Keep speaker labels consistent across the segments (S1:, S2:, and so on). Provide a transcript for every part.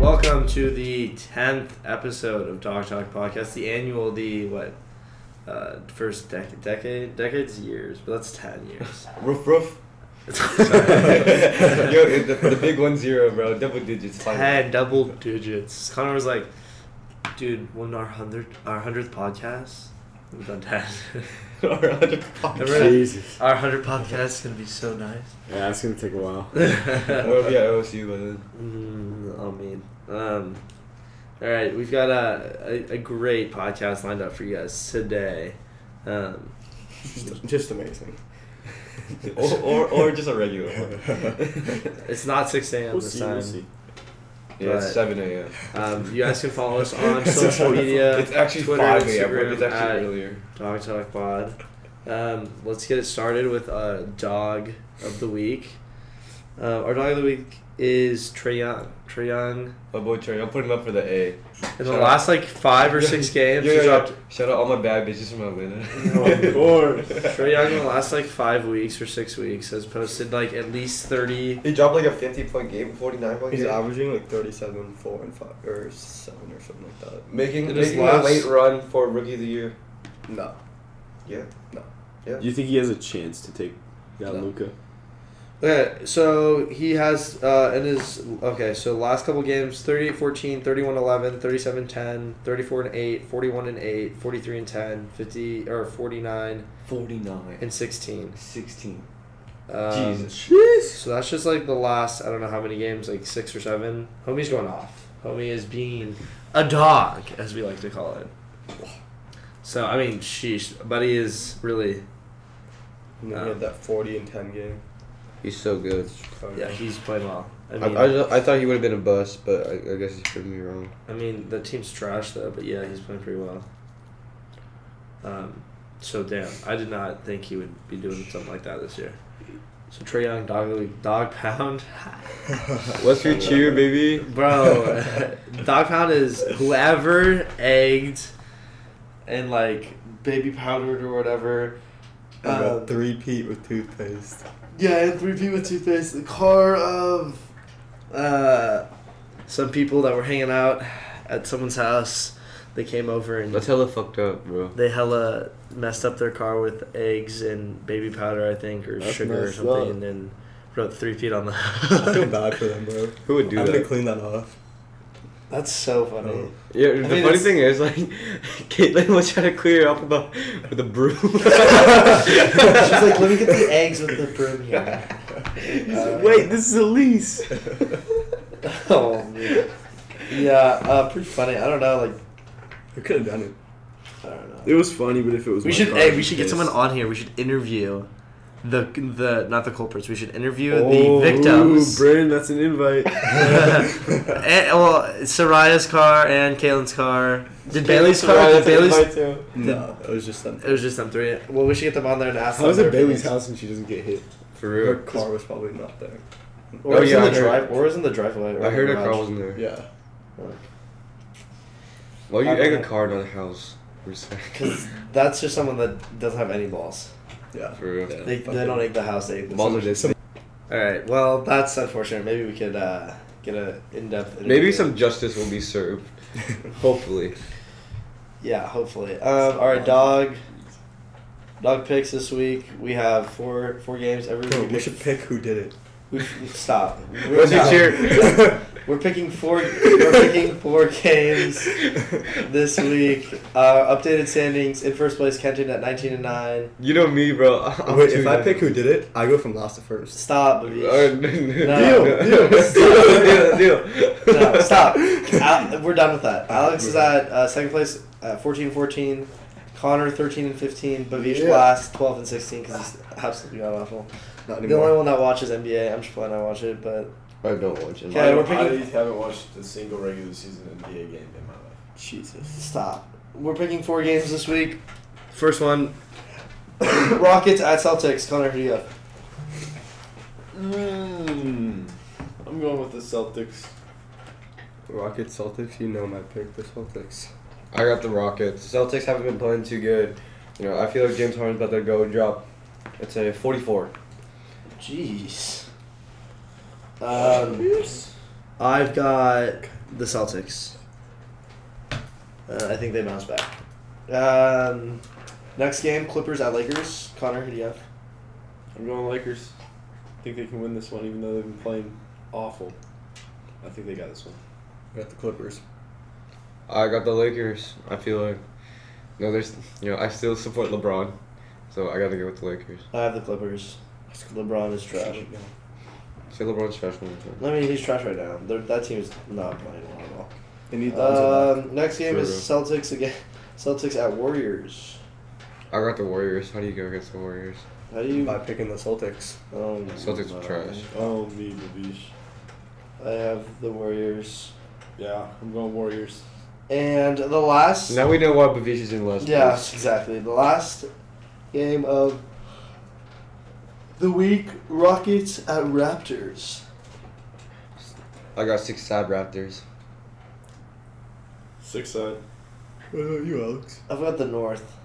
S1: Welcome to the tenth episode of Talk Talk Podcast, the annual, the what, uh, first dec- decade, decades, years, but that's ten years.
S2: Roof, roof. Yo, it- the, the big one zero, bro. Double digits. finally.
S1: ten double digits. Connor was like, "Dude, when our hundred, our hundredth podcast, we've done ten.
S2: Or a hundred pops.
S1: Remember that?
S3: Jesus.
S1: our hundred podcast is gonna be so nice."
S3: Yeah, that's gonna take a while.
S2: We'll be at OSU by then.
S1: Mm, I mean, um, all right, we've got a, a, a great podcast lined up for you guys today. Um,
S4: Just amazing.
S2: Or, or, or just a regular one.
S1: it's not 6 a.m.
S3: We'll
S1: this
S3: see,
S1: time.
S3: we'll see.
S2: Yeah, it's
S1: But-
S2: 7 a.m.
S1: Um, you guys can follow us on social media.
S2: It's actually
S1: Twitter,
S2: 5 a.m.
S1: Instagram,
S2: It's actually
S1: at
S2: earlier.
S1: Dog Talk Pod. Um, let's get it started with a dog of the week. Uh, our dog of the week is Trey Young. Trey Young.
S2: My boy Trey, I'm putting him up for the A.
S1: In the
S2: Shout out.
S1: last like five or six games,
S2: Yo,
S1: he
S2: yo, yo.
S1: dropped Oh,
S2: Shout out all my bad bitches from Atlanta.
S3: Oh, Of course.
S1: Trey Young in the last like five weeks or six weeks has posted like at least thirty.
S2: He dropped like a 50 point game, 49 point
S4: He's
S2: game.
S4: averaging like 37, 4, and 5, or 7 or something like that.
S2: Making,
S1: In his
S2: making a
S1: last-
S2: late run for rookie of the year.
S4: No.
S2: Yeah.
S4: No.
S2: Yeah.
S3: You think he has a chance to take that
S4: No.
S3: Luca?
S1: Okay, so he has uh, in his okay, so last couple games 38-14, 31-11, 37-10, 34 and 8, 41 and 8, 43 and 10, 50 or 49
S2: 49.
S1: and 16.
S2: 16.
S1: Um,
S2: Jesus.
S1: So that's just like the last I don't know how many games, like six or seven. Homie's going off. Homie is being a dog, as we like to call it. So I mean, sheesh, buddy is really
S4: And then
S1: No.
S4: he had that 40 and 10 game.
S2: He's so good.
S1: yeah, he's playing well. I
S2: I,
S1: mean, I,
S2: I, ju- I thought he would have been a bust, but I, I guess he's proved me wrong.
S1: mean, the team's trash though, but yeah, he's playing pretty well. Um, so damn, I did not think he would be doing something like that this year. So Trey Young dog of the week- dog pound,
S2: What's your cheer, baby?
S1: bro. dog pound is whoever egged and like baby powdered or whatever.
S4: Uh,
S1: Um,
S4: three Pete with toothpaste.
S1: Yeah, and three people with toothpaste. The car of uh, some people that were hanging out at someone's house. They came over and
S2: That's hella fucked up, bro.
S1: they hella messed up their car with eggs and baby powder, I think, or
S3: That's
S1: sugar or
S3: messed
S1: something,
S3: up.
S1: and then wrote three feet on
S4: I feel
S1: the.
S4: bad for them, bro.
S2: Who would do
S4: I'm gonna
S2: that?
S4: clean that off.
S1: That's so funny.
S2: Yeah, the
S1: I mean,
S2: funny
S1: it's-
S2: thing is, like, Caitlin was trying to clear up with a with a broom. She's
S1: She's like, let me get the eggs with the broom here. Uh,
S3: Wait, this is Elise.
S1: Oh, man. Yeah, uh, pretty funny. I don't know, like,
S4: We could have done it.
S1: I don't know.
S3: It was funny, but if it was
S1: We
S3: my
S1: should
S3: car,
S1: hey,
S3: I'd
S1: we
S3: be
S1: should get someone
S3: pissed.
S1: on here. We should interview the the not the culprits. We should interview
S3: Oh,
S1: the victims. Eh,
S3: Ooh, Brandon, that's an invite.
S1: and, well, Soraya's car and Kaylin's car. Did Bailey's car? Did Bailey's?
S4: No, it was just them.
S1: It was just them three. Well, we should get them on there and ask.
S3: How is
S1: them
S3: it
S1: their
S3: Bailey's
S1: opinions.
S3: house and she doesn't get hit?
S2: For
S4: Her
S2: real.
S4: car was probably not there.
S1: Or
S2: Oh,
S1: is
S2: yeah,
S1: in
S2: I
S1: the
S2: heard-
S1: drive. Or is in the driveway. or the
S2: I heard a
S1: garage.
S2: car wasn't there.
S4: Yeah.
S2: Why you
S1: I-
S2: egg a car on a house? For a sec.
S1: 'Cause that's just someone that doesn't have any balls.
S4: Yeah.
S2: For real.
S4: Yeah,
S1: They, they
S4: fucking-
S1: don't egg the house. They egg the
S2: Balls are this.
S1: All right. Well, that's unfortunate. Maybe we could uh, get a in depth.
S2: Maybe some justice will be served. Hopefully.
S1: Yeah, hopefully. Um, all right, dog. Dog picks this week. We have four four games every
S4: Bro,
S1: week.
S4: we should pick who did it.
S1: We, stop. We're,
S2: What's your
S1: no.
S2: cheer?
S1: We're picking four. We're picking four games this week. Uh, updated standings in first place, Kenton at nineteen and nine.
S2: You know me, bro. I'm
S4: Wait,
S2: too
S4: if I
S2: good.
S4: pick who did it, I go from last to first.
S1: Stop,
S2: Uh,
S1: Babish.
S2: deal, deal, deal.
S1: No, stop. Al- we're done with that. Alex is at uh, second place, at 14-14. Connor thirteen and fifteen. Bavish
S4: Yeah.
S1: last twelve and sixteen because he's absolutely god awful.
S4: Not
S1: The only
S4: anymore.
S1: one that watches NBA, I'm just glad I watch it, but
S2: I don't watch it.
S1: Okay, we're picking.
S5: haven't watched a single regular season NBA game in my life.
S4: Jesus.
S1: Stop. We're picking four games this week. First one, Rockets at Celtics. Connor, who do you have?
S5: Mm, I'm going with the Celtics.
S4: Rockets, Celtics. You know my pick. The Celtics.
S2: I got the Rockets. Celtics haven't been playing too good. You know, I feel like James Harden's about to go and drop. It's a 44.
S5: Jeez. Um,
S1: I've got the Celtics. Uh, I think they bounce back. Um, next game, Clippers at Lakers. Connor, who do you have?
S5: I'm going Lakers. I think they can win this one, even though they've been playing awful. I think they got this one.
S4: Got the Clippers.
S2: I got the Lakers. I feel like no, there's you know I still support LeBron, so I gotta go with the Lakers.
S1: I have the Clippers. LeBron is trash.
S2: Say LeBron's trash one more time.
S1: I mean, he's trash right now. They're, that team is not playing well at all.
S4: They need Lonzo back.
S1: Um, next game is
S2: True.
S1: Celtics again. Celtics at Warriors.
S2: I got the Warriors. How do you go against the Warriors?
S1: How do you?
S4: by picking the Celtics.
S1: Oh,
S2: Celtics
S1: my.
S2: are trash.
S5: Oh, me, Babish.
S1: I have the Warriors,
S5: Yeah, I'm going Warriors.
S1: and the last.
S2: Now we know why Bavish is in last.
S1: Yeah,
S2: place.
S1: exactly. The last game of the week: Rockets at Raptors.
S2: I got six side Raptors.
S5: Six side.
S4: What about Uh, you, Alex?
S1: I've got the North.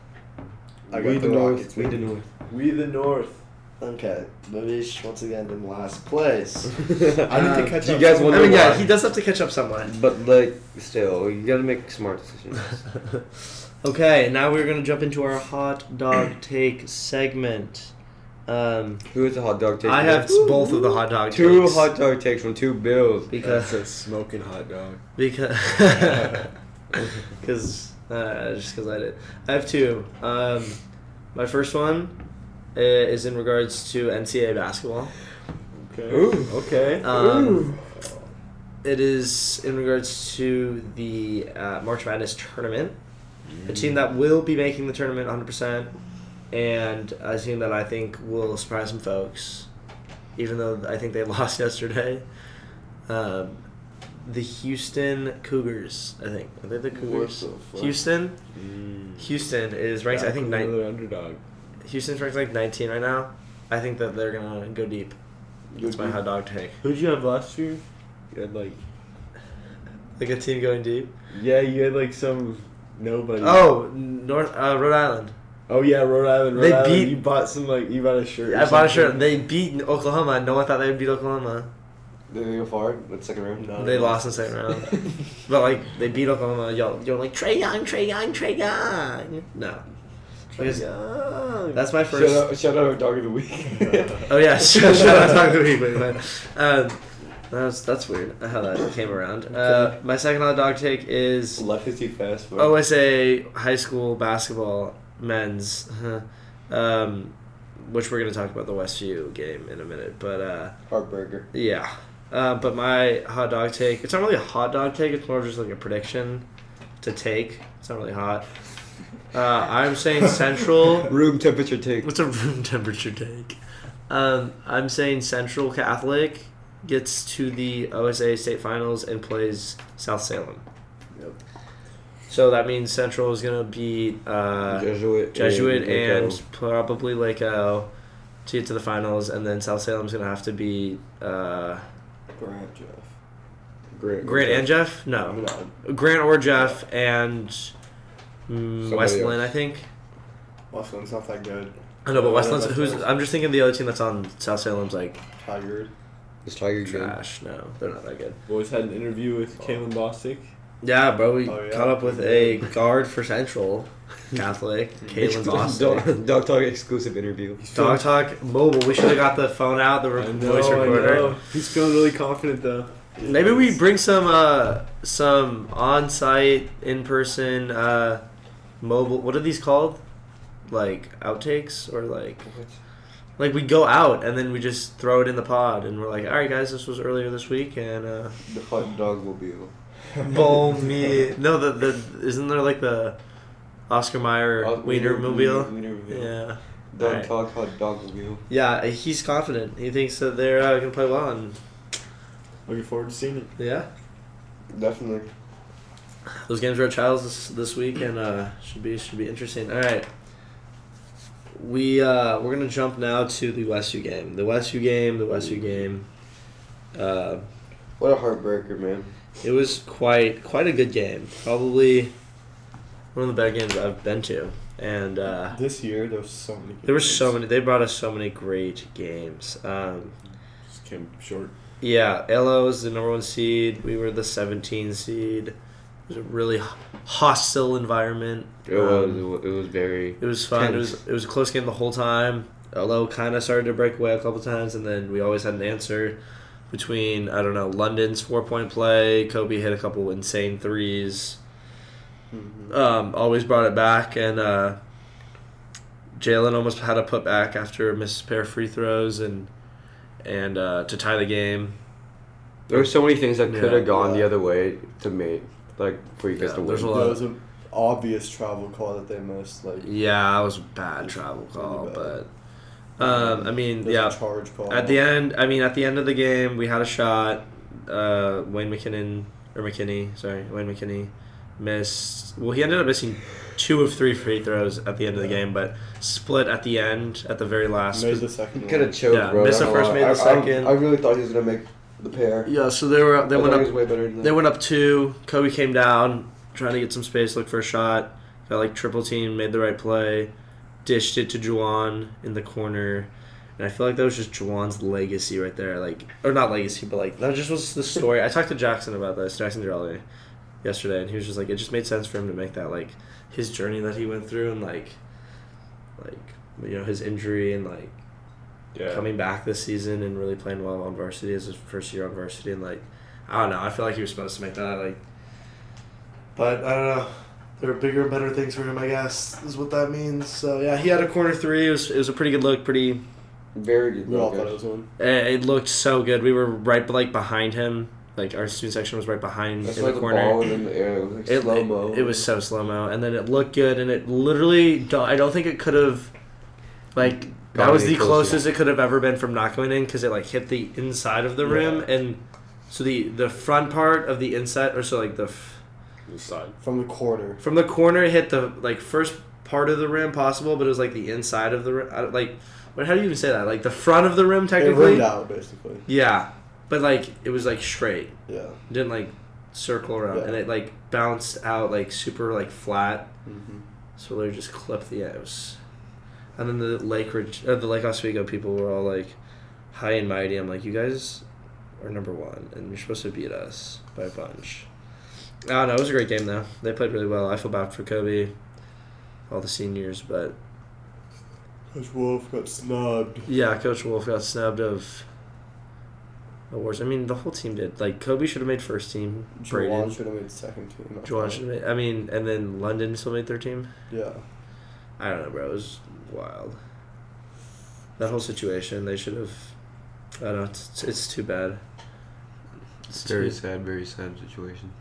S3: I
S2: we
S3: got the
S2: the
S3: Rockets,
S2: North. We the
S3: baby.
S2: North.
S5: We the North.
S1: Okay, Babish once again in last place.
S4: I need
S1: Um,
S4: to catch
S2: you
S4: up.
S2: guys wonder why.
S1: does have to catch up someone.
S2: But like, still, you gotta make smart decisions.
S1: okay, now we're gonna jump into our hot dog take segment. Um,
S2: Who is the hot dog take?
S1: I have
S2: today?
S1: both of the hot dog
S2: two
S1: takes.
S2: hot dog takes from two Bills.
S1: because
S4: a smoking hot dog.
S1: because because uh, just because I did. I have two. Um, my first one uh, is in regards to NCAA basketball.
S5: Okay.
S4: Ooh, okay.
S1: Um, it is in regards to the uh, March Madness tournament. A team
S5: Mm.
S1: that will be making the tournament 100%, and a team that I think will surprise some folks, even though I think they lost yesterday. Um, the Houston Cougars, I think. Are they the Cougars?
S5: What the fuck? Hmm.
S1: Houston? Houston is ranked, I think, nine,
S4: another underdog.
S1: Houston's ranked like 19 right now. I think that they're going to go deep. That's my hot dog take.
S4: Who'd you have last year? You had like
S1: Like a team going deep.
S4: yeah, you had like some nobody.
S1: Oh, North uh, Rhode Island.
S4: oh yeah, Rhode Island. Rhode
S1: They
S4: Island.
S1: beat-
S4: you bought some like you bought a shirt. or
S1: I bought a shirt.
S4: something.
S1: They beat Oklahoma. No one thought they would beat Oklahoma.
S2: Did they go far? What second round? No.
S1: They lost in the second round. but like they beat Oklahoma. Y'all, you're like Trey Young, Trey Young, Trey Young. No, Because- that's my first.
S2: Shout out, shout out our dog of the week.
S1: Oh yeah, shout, shout out Talk the Week. Wait, wait. Um, that was, that's weird how that came around. Uh, my second hot dog take is
S2: Left is too fast. For
S1: OSA high school basketball men's, um, which we're gonna talk about the Westview game in a minute. But uh,
S2: Heartbreaker.
S1: yeah, uh, but my hot dog take. It's not really a hot dog take. It's more just like a prediction to take. It's not really hot. Uh, I'm saying Central.
S2: Room temperature take.
S1: What's a room temperature take? Um, I'm saying Central Catholic gets to the OSA state finals and plays South Salem.
S4: Yep.
S1: So that means Central is going to beat uh,
S2: Jesuit.
S1: Jesuit
S2: Waco.
S1: and probably Lako to get to the finals, and then South Salem's going to have to beat uh,
S2: Grant Jeff.
S4: Great.
S1: Grant and Jeff? No. Grant or Jeff and mm,
S2: Somebody
S1: Westland,
S2: else.
S1: I think.
S5: Westland's not that good.
S1: I know, but
S5: Yeah,
S1: Westland's.
S5: that's
S1: Who's?
S5: better.
S1: I'm just thinking the other team that's on South Salem's like
S5: Tired.
S2: This Tiger good?
S1: trash. No, they're not that good.
S5: Boys had an interview with Kalen Bostic.
S1: Yeah, bro, we
S5: Oh, yeah?
S1: caught up with a guard for Central Catholic, Caitlin Boston.
S2: Dog, dog Talk exclusive interview.
S1: Dog Talk Mobile. We should have got the phone out, the re- voice recorder.
S4: He's feeling really confident though.
S1: Maybe we bring some uh, some on-site, in-person, uh, mobile. What are these called? Like outtakes or like like we go out and then we just throw it in the pod and we're like, all right, guys, this was earlier this week and uh,
S2: The hot dog will be.
S1: bowl me. No, the the isn't there like the Oscar Mayer
S2: Oh,
S1: Wiener mobile? Yeah.
S2: Dog
S1: Alright.
S2: Talk hot dog will be.
S1: Yeah, he's confident. He thinks that they're uh, going to play well. And
S5: Looking forward to seeing it.
S1: yeah,
S2: Definitely.
S1: those games are at Childs this, this week and uh, should be should be interesting. All right. We uh, we're gonna jump now to the Westview game. The Westview game. The Westview game. Uh,
S2: What a heartbreaker, man.
S1: it was quite quite a good game. Probably one of the better games I've been to, and uh,
S4: This year there was so many. good
S1: there were so
S4: games.
S1: many. They brought us so many great games. Um,
S5: Just came short.
S1: yeah, LO is the number one seed. We were the 17 seed. It was a really h- hostile environment. Um,
S2: It was it was- it was very
S1: It was fun. It
S2: Tense.
S1: was it was a close game the whole time. Although kind of started to break away a couple times, and then we always had an answer between I don't know London's four point play. Kobe hit a couple insane threes. Um, always brought it back, and uh, Jalen almost had a put back after a missed pair of free throws and and uh, to tie the game.
S2: there were so many things that could
S1: Yeah.
S2: have gone the other way to make like for you guys
S1: Yeah,
S2: to
S1: there's
S2: win.
S1: a lot-
S4: There was an obvious travel call that they missed. Like
S1: Yeah, it was a bad travel call,
S4: Really bad.
S1: but um, I mean,
S4: there's a
S1: yeah,
S4: charge call
S1: At the end, I mean, at the end of the game, we had a shot. Uh, Wayne McKinnon or McKinney, sorry, Wayne McKinney missed. Well, he ended up missing two of three free throws at the end of the game, but split at the end at the very last.
S4: made the second.
S2: Could have
S4: one.
S2: choked,
S1: Yeah,
S2: bro.
S1: missed
S2: I'm
S1: the
S2: not
S1: first,
S2: gonna
S1: made
S2: lie.
S1: the
S2: I- I'm-
S1: second.
S2: I, really thought he was gonna make the pair.
S1: yeah, so they were they
S2: I
S1: went
S2: thought he
S1: up.
S2: was way better than
S1: They
S2: that.
S1: went up two. Kobe came down, trying to get some space, look for a shot. Got like triple team, made the right play, dished it to Juwan in the corner. And I feel like that was just Juwan's legacy right there. Like, or not legacy, but like, that just was the story. I talked to Jackson about this, Jackson Jolly, yesterday, and he was just like, it just made sense for him to make that, like, his journey that he went through and, like, like, you know, his injury and, like,
S5: Yeah.
S1: coming back this season and really playing well on varsity as his first year on varsity and like I don't know, I feel like he was supposed to make that like but I don't know. There are bigger and better things for him, I guess, is what that means. So yeah, he had a corner three. It was, it was a pretty good look, pretty
S2: Very good.
S4: We all thought
S2: lookers.
S4: it was one.
S1: eh, it looked so good. We were right like behind him. Like our student section was right behind
S2: That's
S1: in
S2: why
S1: the
S2: the
S1: corner.
S2: ball was in the air. It was like
S1: It-
S2: slow mo.
S1: It, it was so slow mo, and then it looked good, and it literally. do- I don't think it could have. Like that
S2: Gone
S1: was
S2: any
S1: the
S2: closer.
S1: closest it could have ever been from not going in because it like hit the inside of the rim and so the the front part of the inside or so like the f-
S5: The side.
S4: From the corner.
S1: from the corner it hit the like first part of the rim possible but it was like the inside of the rim I don't- like what how do you even say that like the front of the rim
S4: It
S1: technically
S4: rimmed out basically.
S1: yeah but like it was like straight
S4: Yeah.
S1: It didn't like circle around
S4: Yeah.
S1: and it like bounced out like super like flat
S4: Mm-hmm.
S1: so they just clipped the yeah, it was, and then the Lake Ridge, uh, the Lake Oswego people were all like, high and mighty. I'm like, you guys are number one, and you're supposed to beat us by a bunch. I don't know. It was a great game though. They played really well. I feel bad for Kobe, all the seniors, but
S4: Coach Wolf got snubbed.
S1: yeah, Coach Wolf got snubbed of awards. I mean, the whole team did. Like Kobe should have made first team.
S4: Juwan
S1: Braden,
S4: should have made second team. I
S1: Juwan
S4: thought.
S1: should have made. I mean, and then London still made their team.
S4: Yeah.
S1: I don't know, bro. It was wild. That whole situation, they should have. I don't know. It's, it's too bad. It's
S2: very
S1: too-
S2: sad, very sad situation.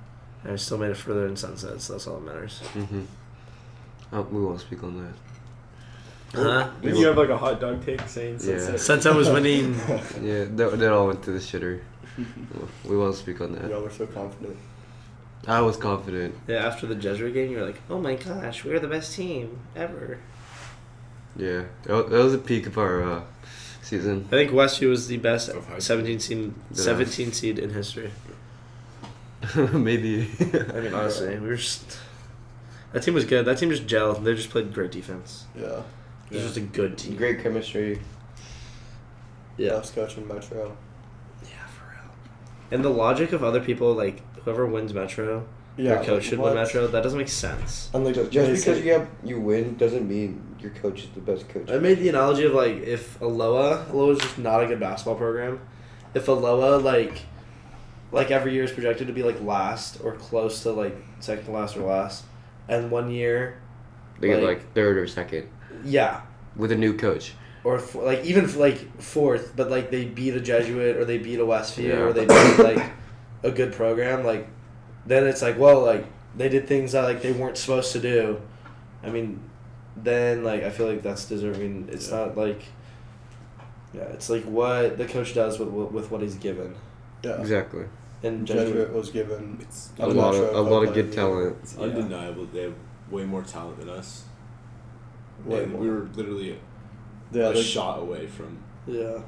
S1: And I still made it further than Sunset, so that's all that matters.
S2: Mm-hmm. Oh, we won't speak on that.
S1: Huh?
S5: Didn't you have like a hot dog take saying
S2: Yeah.
S5: sunset?
S1: Sunset was winning.
S2: Yeah, that, that all went to the shitter. we won't speak on that.
S4: Y'all were so confident.
S2: I was confident.
S1: Yeah, after the Jesuit game, you were like, oh my gosh, we're the best team ever.
S2: Yeah, that wa- that was the peak of our uh, season.
S1: I think Westview was the best
S5: Of high school.
S1: 17 seed,
S2: Yeah.
S1: 17 seed in history.
S2: Maybe.
S1: I mean, honestly, we were just. That team was good. That team just gelled. They just played great defense.
S4: Yeah.
S1: It was just a good team.
S2: Great chemistry.
S1: Yeah.
S4: Best coach in Metro.
S1: Yeah, for real. And the logic of other people, like whoever wins Metro,
S4: Yeah.
S1: their coach should win
S4: what?
S1: Metro. That doesn't make sense.
S4: And like
S2: Just
S4: they
S2: because
S4: said-
S2: you have you win doesn't mean your coach is the best coach.
S1: I made the analogy of like if Aloha, Aloha is just not a good basketball program. If Aloha like, like every year is projected to be like last or close to like second to last or last, and one year,
S2: They get
S1: Like-
S2: like third or second
S1: yeah,
S2: with a new coach.
S1: or f- like even f- like fourth, but like they beat a Jesuit or they beat a Westview
S2: Yeah.
S1: or they beat like a good program, like then it's like well like they did things that like they weren't supposed to do. I mean, then like I feel like that's deserving. It's not like yeah, it's like what the coach does with with with what he's given.
S4: Yeah.
S2: Exactly.
S1: And
S4: Judgment
S1: Jesuit,
S4: was given. It's
S2: A lot of a lot of good talent.
S5: It's
S4: Yeah.
S5: undeniable. They have way more talent than us.
S4: Way
S5: and
S4: more.
S5: we were literally
S4: Yeah,
S5: a
S4: they,
S5: shot away from
S1: Yeah.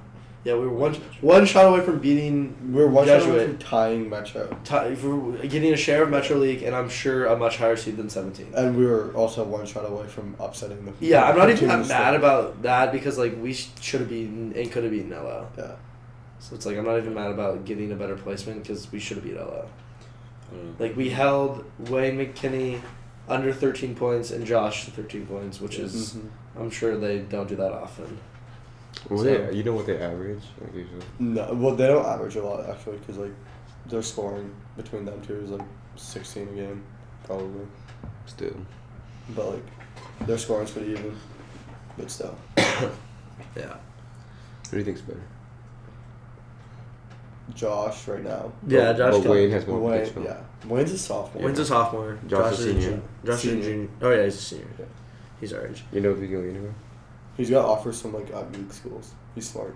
S1: Yeah, we were one one shot away from beating
S4: We're one shot away
S1: Jesuit.
S4: from tying Metro,
S1: ti- from getting a share of Metro League, and I'm sure a much higher seed than 17.
S4: and we were also one shot away from upsetting them.
S1: Yeah, I'm not even that
S4: Teams
S1: mad
S4: that-
S1: about that because like we sh- should have beaten and could have beaten LO.
S4: Yeah.
S1: So it's like I'm not even mad about getting a better placement because we should have beat LO.
S5: I don't know.
S1: Like we held Wayne McKinney under 13 points and Josh to 13 points, which is
S4: Mhm.
S1: I'm sure they don't do that often.
S2: Well,
S1: So-
S2: yeah, you know what they average like usually.
S4: No, well, they don't average a lot actually, because like their scoring between them two is like sixteen a game, probably.
S2: Still,
S4: But like their scoring's pretty even. But still,
S1: Yeah.
S2: who do you think's better?
S4: Josh right now.
S1: Yeah,
S2: But-
S1: Josh.
S2: But Wayne has more
S4: Wayne,
S2: potential.
S4: yeah, Wayne's a sophomore.
S1: Wayne's a sophomore.
S2: Josh is senior.
S1: jun- Josh is a
S4: Senior.
S1: junior. Oh yeah, he's a senior.
S4: Yeah.
S1: He's orange.
S2: You know if he's going anywhere.
S4: He's got offers from like Ivy League schools. He's smart.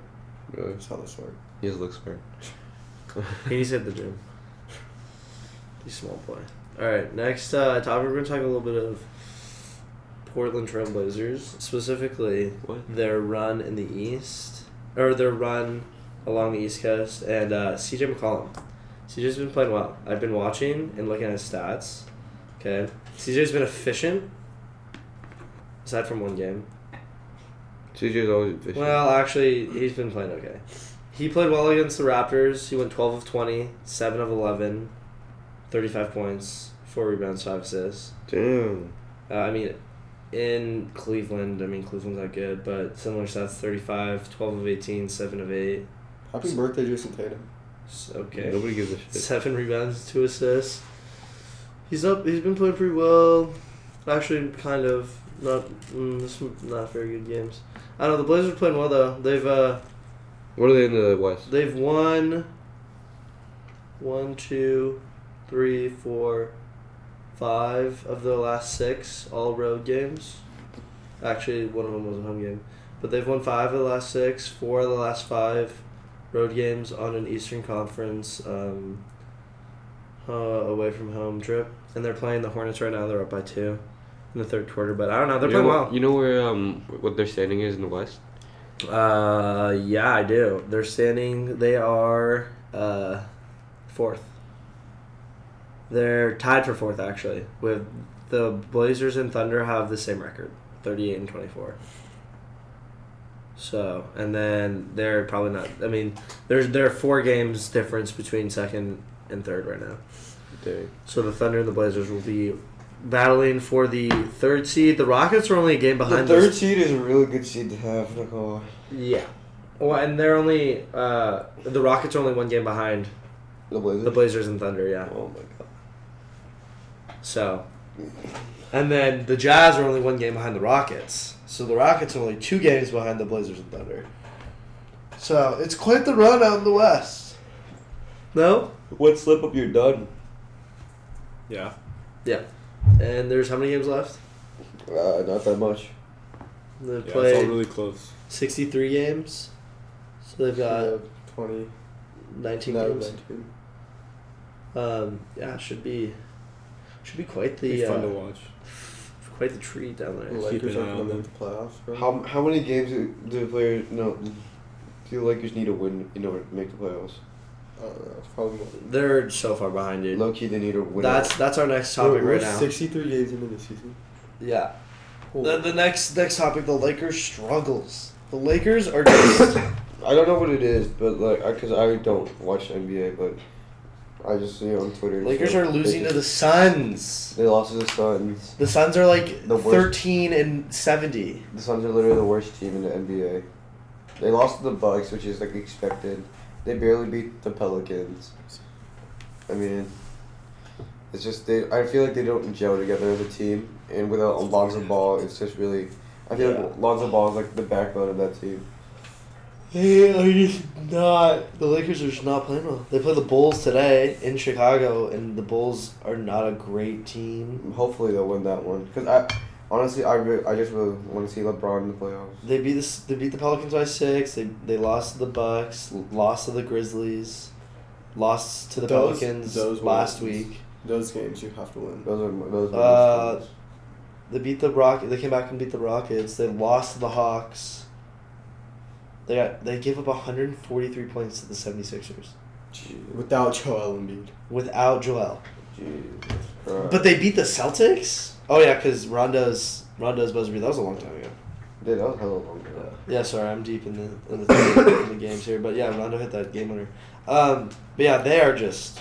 S2: Really,
S4: That's how they smart.
S2: he just looks smart.
S1: He's at the gym. He's a small boy. All right, next uh, topic. We're gonna talk a little bit of Portland Trailblazers, specifically
S2: What?
S1: their run in the East or their run along the East Coast, and uh, CJ McCollum. CJ's been playing well. I've been watching and looking at his stats. Okay, CJ's been efficient. Aside from one game.
S2: CJ's always efficient.
S1: Well, actually, he's been playing okay. He played well against the Raptors. He went 12 of 20, 7 of 11, 35 points, 4 rebounds, 5 assists.
S2: damn.
S1: Uh, I mean, in Cleveland, I mean, Cleveland's not good, but similar stats 35, 12 of 18, 7 of 8.
S4: Happy birthday, Jason Tatum.
S1: S- Okay.
S2: Nobody gives a shit.
S1: Seven rebounds, two assists. He's up. He's been playing pretty well. Actually, kind of not mm, some not very good games. I don't know. The Blazers are playing well though. They've uh,
S2: What are they in the West?
S1: They've won one, two, three, four, five of their last six all road games. Actually, one of them was a home game. But they've won five of the last six, four of the last five road games on an Eastern Conference um, uh, away from home trip. And they're playing the Hornets right now. They're up by two in the third quarter. But I don't know. They're
S2: you
S1: playing
S2: know,
S1: well.
S2: You know where um what their standing is in the West?
S1: Uh, yeah, I do. They're standing. They are uh, fourth. They're tied for fourth actually. With the Blazers and Thunder have the same record, thirty-eight and twenty-four. So and then they're probably not. I mean, there's there are four games difference between second and third right now.
S2: Dang.
S1: So the Thunder and the Blazers will be battling for the third seed. The Rockets are only a game behind. us.
S2: seed is a really good seed to have, Nicole.
S1: Yeah. Well, and they're only uh, the Rockets are only one game behind
S2: The Blazers.
S1: the Blazers and Thunder. Yeah.
S2: Oh my god.
S1: So, and then the Jazz are only one game behind the Rockets. So the Rockets are only two games behind the Blazers and Thunder. So it's quite the run out in the West. No.
S2: What slip up? You're done.
S5: Yeah.
S1: Yeah. And there's how many games left?
S2: Uh, not that much.
S1: They
S5: Yeah,
S1: play
S5: it's all really close.
S1: sixty-three games. So they've got
S4: twenty.
S1: nineteen
S4: No,
S1: games.
S4: 19.
S1: Um, yeah, should be, should be quite
S5: It'd
S1: the
S5: be fun to
S1: uh,
S5: watch.
S1: quite the treat down there.
S4: The
S5: Keep
S4: Lakers
S5: an
S4: are
S5: eye
S4: going
S5: on
S4: to
S5: them.
S4: make the playoffs. Bro.
S2: How how many games do the players no? Do the Lakers need to win in order to make the playoffs?
S4: I
S1: Uh,
S4: don't know. It's probably more.
S1: They're so far behind, dude.
S2: Low key, they need to win.
S1: that's that's our next topic
S4: we're
S1: right now.
S4: Sixty-three games into the season.
S1: Yeah. The,
S4: Holy-
S1: the next next topic, the Lakers struggles. The Lakers are just
S2: I don't know what it is, but like, I, cause I don't watch NBA, but I just see on Twitter. and
S1: Lakers
S2: stuff,
S1: are
S2: they
S1: losing to
S2: just-
S1: the Suns.
S2: They lost to the Suns.
S1: The Suns are like
S2: The worst.
S1: thirteen and seventy.
S2: The Suns are literally the worst team in the NBA. They lost to the Bucks, which is like expected. They barely beat the Pelicans. I mean, it's just they. I feel like they don't gel together as a team, and without Lonzo Ball, it's just really. I feel
S1: Yeah.
S2: like Lonzo Ball is like the backbone of that team.
S1: They are just not. The Lakers are just not playing well. They play the Bulls today in Chicago, and the Bulls are not a great team.
S2: Hopefully they'll win that one, cause I honestly I, re- I just really want to see LeBron in the playoffs.
S1: They beat this. They beat the Pelicans by six. They they lost to the Bucks. Lost to the Grizzlies. Lost to the
S4: Those-
S1: Pelicans
S4: those
S1: last
S4: wins.
S1: week.
S4: Those games you have to win.
S2: Those are my- those. Are my
S1: Uh,
S2: thoughts.
S1: They beat the Rock. They came back and beat the Rockets. They lost to the Hawks. They got, they gave up 143 points to the 76ers
S4: Without Joel Embiid.
S1: without Joel.
S2: Jesus Christ.
S1: But they beat the Celtics? Oh yeah, cuz Rondo's Rondo's buzzer beat. That was a long time ago.
S2: Yeah, that was hella long ago.
S1: Yeah, sorry, I'm deep in the in the, in the games here, but yeah, Rondo hit that game winner. Um, but yeah, they are just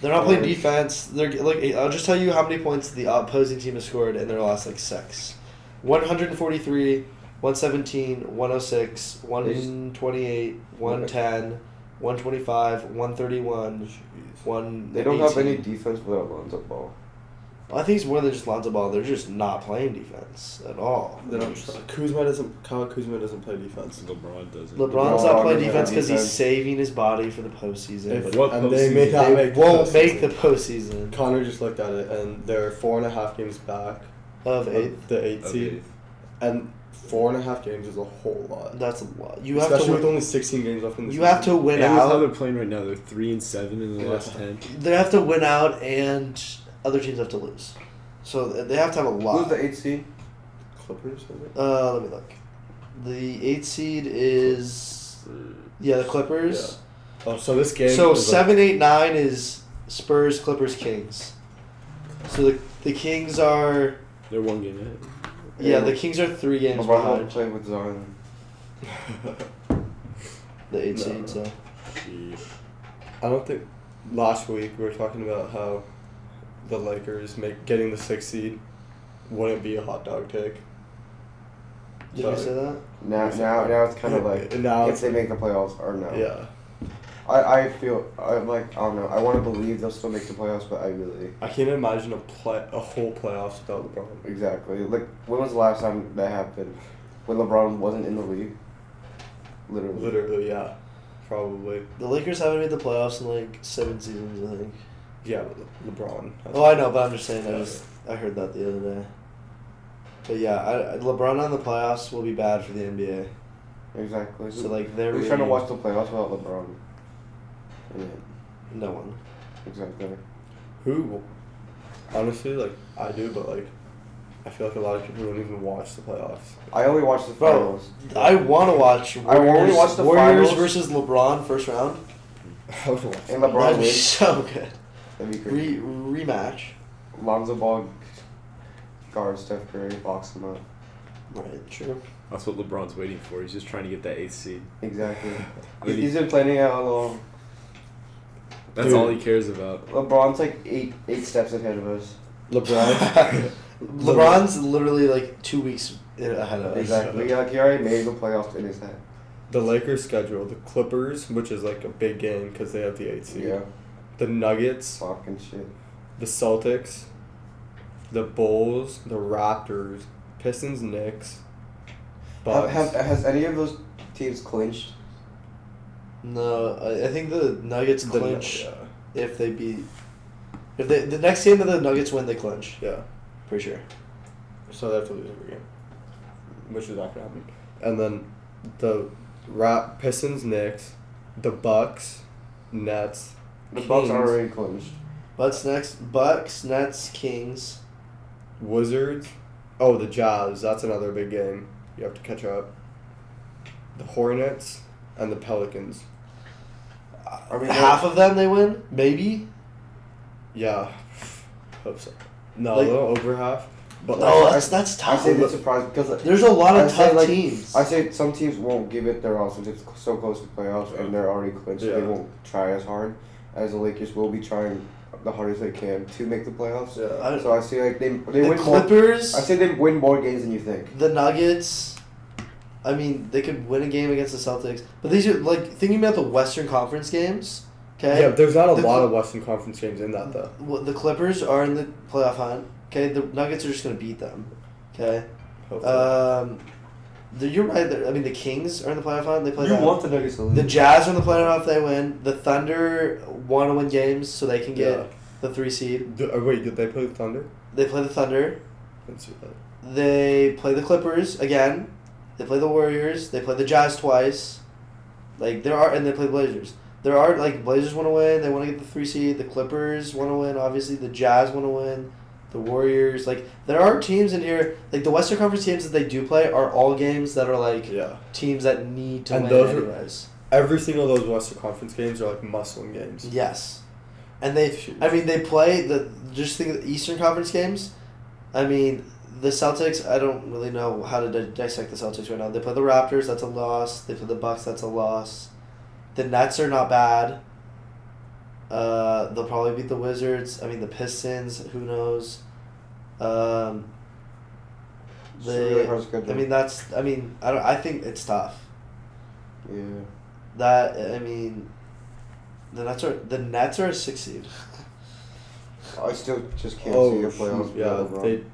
S1: they're not playing
S2: Orange.
S1: defense. They're look. I'll just tell you how many points the opposing team has scored in their last like six. 143, 117, 106, 128, 110, 125, 131, one.
S2: They don't have any defense without Lonzo Ball.
S1: I think it's more than just Lonzo Ball. They're just not playing defense at all.
S4: They don't try. Kuzma doesn't. Kyle Kuzma doesn't play defense.
S5: LeBron doesn't.
S1: LeBron's not
S2: LeBron
S1: playing
S2: doesn't
S1: defense because he's
S2: defense.
S1: saving his body for the postseason.
S4: If-
S1: but
S5: What
S4: and they may
S5: postseason?
S4: not
S1: they
S4: make. the
S1: won't
S4: postseason.
S1: make the postseason
S4: Connor just looked at it, and they're four and a half games back
S1: of
S4: of
S1: eighth.
S4: the eight
S5: Of
S4: seed,
S5: eighth.
S4: and four and a half games is a whole lot.
S1: That's a lot. You have
S4: Especially
S1: to
S4: with
S1: win,
S4: only sixteen games left in the
S1: you
S4: season.
S1: have to win
S3: and with how they're
S1: out.
S3: playing right now, they're three and seven in the
S4: Yeah.
S3: last ten.
S1: They have to win out, and other teams have to lose. So th- they have to have a
S2: Who's
S1: lot.
S2: the eight seed?
S4: Clippers. I think.
S1: Uh, let me look. The eighth seed is yeah the Clippers.
S4: Oh, so this game.
S1: So
S4: is, like,
S1: seven, eight, nine is Spurs, Clippers, Kings. So the the Kings are
S3: They're one game ahead.
S1: yeah the Kings are three games
S2: LeBron won't
S1: behind
S2: play with Zion.
S1: the eight
S4: No,
S1: seed.
S4: no.
S1: So.
S4: I don't think last week we were talking about how the Lakers make getting the sixth seed wouldn't be a hot dog take.
S1: Did we say that?
S2: Now, now, now it's kind of like
S4: Now
S2: if
S4: it's-
S2: they make the playoffs or no.
S4: Yeah,
S2: I, I feel I'm like I don't know. I want to believe they'll still make the playoffs, but I really
S4: I can't imagine a play a whole playoffs without LeBron.
S2: exactly like when was the last time that happened? When LeBron wasn't in the league. Literally.
S4: Literally, yeah, probably.
S1: The Lakers haven't made the playoffs in like seven seasons, I think.
S4: Yeah, but Le- LeBron.
S1: Oh, I know, but I'm just saying. I just I heard that the other day. But yeah, I, LeBron on the playoffs will be bad for the NBA.
S2: Exactly.
S1: So like they're
S2: Who's
S1: really,
S2: trying to watch the playoffs without LeBron? In it.
S1: no one.
S2: Exactly.
S4: Who? Honestly, like I do, but like I feel like a lot of people don't even watch the playoffs.
S2: I only watch the
S1: Bro.
S2: finals.
S1: I want to watch.
S2: I wanna
S1: Warriors,
S2: watch the
S1: Warriors
S2: finals.
S1: versus LeBron first round.
S4: I would watch.
S2: And
S4: them.
S2: LeBron
S1: That'd be
S2: wins.
S1: so good.
S2: That'd be great.
S1: Re- rematch.
S2: Lonzo Ball guards Steph Curry, box him up.
S1: Right. True.
S3: That's what LeBron's waiting for. He's just trying to get that eighth seed.
S2: Exactly.
S3: Dude.
S2: He's been planning out how long.
S3: That's
S4: Dude.
S3: all he cares about.
S2: LeBron's like eight eight steps ahead of us.
S4: LeBron.
S1: LeBron's literally like two weeks ahead of us.
S2: Exactly. Yeah, like he already made the playoffs in his head.
S4: the Lakers schedule the Clippers, which is like a big game because they have the eight seed.
S2: Yeah.
S4: The Nuggets,
S2: Fucking shit.
S4: the Celtics, the Bulls, the Raptors, Pistons, Knicks,
S2: Have,
S4: Bucks.
S2: have, has any of those teams clinched?
S1: No, I, I think the Nuggets
S4: the-
S1: clinch
S4: yeah,
S1: if they beat. If they, the next game that the Nuggets win, they clinch.
S4: yeah.
S1: Pretty sure.
S4: So they have to lose every game, which is not gonna happen. And then the Rap Pistons, Knicks, the Bucks, Nets.
S2: The Bucks
S4: Kings,
S2: are already clinched.
S1: Bucks next. Bucks Nets Kings.
S4: Wizards. Oh, the Jazz. That's another big game. You have to catch up. The Hornets and the Pelicans.
S2: I mean,
S1: Half of them they win, maybe.
S4: Yeah, hope so. No,
S1: Like-
S4: a little over half. But like,
S1: No, Oh, that's that's
S2: I
S1: tough.
S2: say they're surprised because like,
S1: There's a lot
S2: I
S1: of
S2: say,
S1: tough
S2: like,
S1: teams.
S2: I say some teams won't give it their all since it's so close to playoffs and they're already clinched. They
S4: Yeah.
S2: won't try as hard as the Lakers will be trying the hardest they can to make the playoffs.
S4: yeah.
S1: I-
S2: So I see like they they
S1: the
S2: win more.
S1: Clippers,
S2: I say they win more games than you think.
S1: the Nuggets. I mean, they could win a game against the Celtics, but these are like thinking about the Western Conference games. Okay.
S4: Yeah, there's not a
S1: The
S4: lot
S1: Cl-
S4: of Western Conference games in that though.
S1: Well, the Clippers are in the playoff hunt. Okay, the Nuggets are just gonna beat them. Okay.
S4: Hopefully.
S1: Um, the, you're right. there. I mean, the Kings are in the playoff hunt. They play
S2: You
S1: them.
S2: want the Nuggets to lose.
S1: The Jazz are in the playoff if they win. The Thunder want to win games so they can get
S4: yeah.
S1: the three seed.
S4: D- oh, wait, did they play the Thunder?
S1: They play the Thunder.
S4: Let's see that.
S1: They play the Clippers again. They play the Warriors. They play the Jazz twice. Like there are, and they play Blazers. There are like Blazers want to win. They want to get the three seed. The Clippers want to win. Obviously, the Jazz want to win. the Warriors. Like there are teams in here, like the Western Conference teams that they do play are all games that are like
S4: Yeah.
S1: teams that need to
S4: And
S1: win
S4: those are-
S1: anyways.
S4: Every single of those Western Conference games are like must-win games.
S1: Yes, and they.
S4: Shoot.
S1: I mean, they play the just think of the Eastern Conference games. I mean, the Celtics. I don't really know how to di- dissect the Celtics right now. They play the Raptors. That's a loss. They play the Bucks. That's a loss. The Nets are not bad. Uh, they'll probably beat the Wizards. I mean, the Pistons. Who knows? Um,
S2: It's a really
S1: they.
S2: hard schedule.
S1: I mean, that's. I mean, I don't. I think it's tough.
S2: yeah.
S1: That I mean, the Nets are the Nets are a six seed.
S2: I still just can't
S4: oh,
S2: see a playoffs.
S4: shoot.
S2: without
S4: yeah.
S2: LeBron.
S4: They,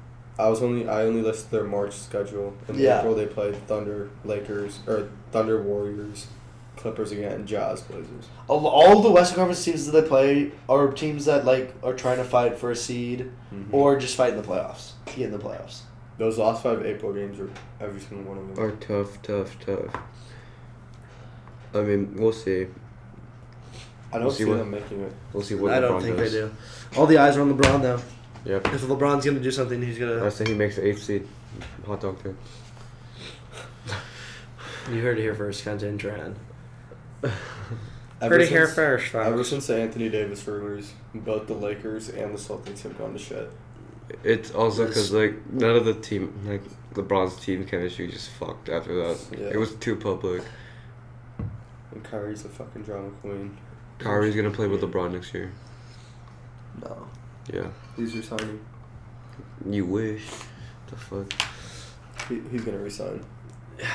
S4: I was only I only listed their March schedule. In
S1: Yeah.
S4: April they played Thunder, Lakers, or Thunder Warriors, Clippers again, Jazz, Blazers.
S1: All, all the Western Conference teams that they play are teams that like are trying to fight for a seed or just fight in the playoffs. Get in the playoffs.
S4: Those last five April games are every single one of them.
S2: are tough, tough, tough. I mean, we'll see.
S4: I don't
S2: We'll see
S4: see
S2: what-
S4: them making it.
S2: We'll see what
S1: I don't
S2: LeBron
S1: think
S2: does.
S1: they do. All the eyes are on LeBron though.
S2: Yep.
S1: If LeBron's gonna do something, he's
S2: I
S1: gonna.
S2: think he makes the eighth seed. Hot dog too.
S1: You heard it here first, Kenton Tran.
S4: Ever
S1: Heard it here
S4: since-
S1: first,
S4: Ever
S1: folks.
S4: since the Anthony Davis rumors, both the Lakers and the Celtics have gone to shit.
S2: It's also
S1: Yes.
S2: because like none of the team, like LeBron's team chemistry, just fucked after that.
S4: Yeah.
S2: It was too public.
S4: And Kyrie's a fucking drama queen.
S2: Kyrie's gonna play with LeBron next year.
S4: No.
S2: Yeah.
S4: He's resigning.
S2: You wish. The fuck.
S4: He, he's gonna resign.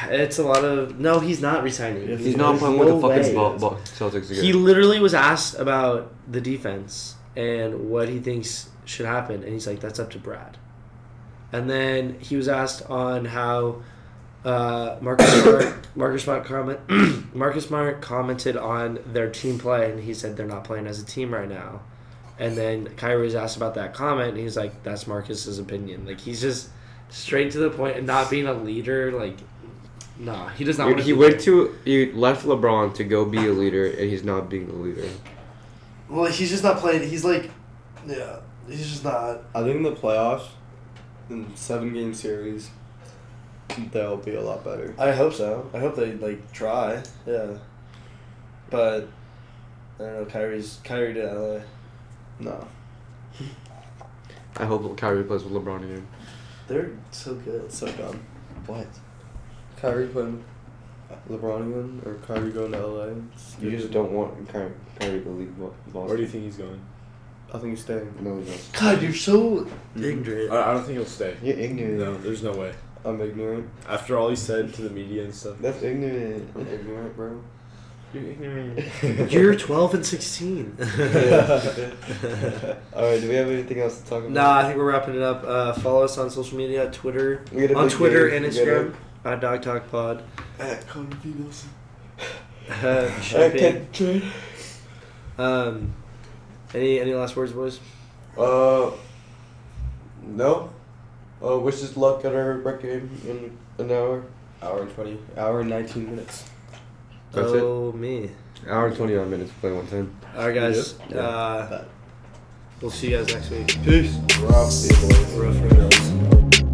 S1: It's a lot of no. He's not resigning.
S4: He's
S2: He's
S4: Yeah,
S2: not
S1: There's
S2: playing with
S1: no
S2: the fucking
S1: way.
S2: Bo- Bo- Celtics again.
S1: He literally was asked about the defense and what he thinks should happen, and he's like, "That's up to Brad." And then he was asked on how uh, Marcus Smart, Marcus Smart comment, Marcus Smart commented on their team play, and he said they're not playing as a team right now. And then Kyrie was asked about that comment, and he's like, "That's Marcus's opinion." Like he's just straight to the point and not being a leader. Like, nah, he does not.
S2: Dude,
S1: wanna
S2: he
S1: be
S2: went
S1: there.
S2: to he left LeBron to go be a leader, and he's not being a leader.
S1: Well, he's just not playing. He's like, yeah, he's just not.
S4: I think in the playoffs, in seven game series, they'll be a lot better.
S1: I hope so. I hope they like try. Yeah, but I don't know. Kyrie's Kyrie to LA.
S4: No.
S2: I hope Kyrie plays with LeBron again.
S1: They're so good.
S4: It's so dumb.
S1: What?
S4: Kyrie putting LeBron again, or Kyrie going to LA. It's
S2: You just
S4: stupid.
S2: don't want Kyrie, Kyrie to leave Bo- Boston.
S3: Where do you think he's going?
S4: I think he's staying.
S2: No, he doesn't.
S1: God, you're so
S4: Mhm.
S1: ignorant.
S3: I, I don't think he'll stay.
S2: You're ignorant.
S3: No, there's no way.
S4: I'm ignorant.
S3: After all he said to the media and stuff.
S2: That's ignorant.
S4: I'm ignorant, bro.
S1: You're 12 and 16.
S2: All right, do we have anything else to talk about?
S1: nah, I think we're wrapping it up. Uh, follow us on social media, Twitter,
S2: We gotta
S1: on
S2: make
S1: Twitter
S2: games,
S1: and
S2: we gotta-
S1: Instagram, at Dog Talk Pod.
S4: At Connor B. Nelson.
S1: Uh,
S2: Alright,
S1: shipping. Um, any any last words, boys?
S2: Uh, no. Uh, wishes luck at our rec game in an hour.
S4: Hour and 20. Hour and 19 minutes.
S2: That's it.
S1: oh me.
S2: Hour and twenty nine minutes. Play one time.
S1: All right, guys.
S2: Yeah.
S1: Uh, we'll see you guys next week.
S2: Peace.
S4: Rough, people.
S1: Rough roads.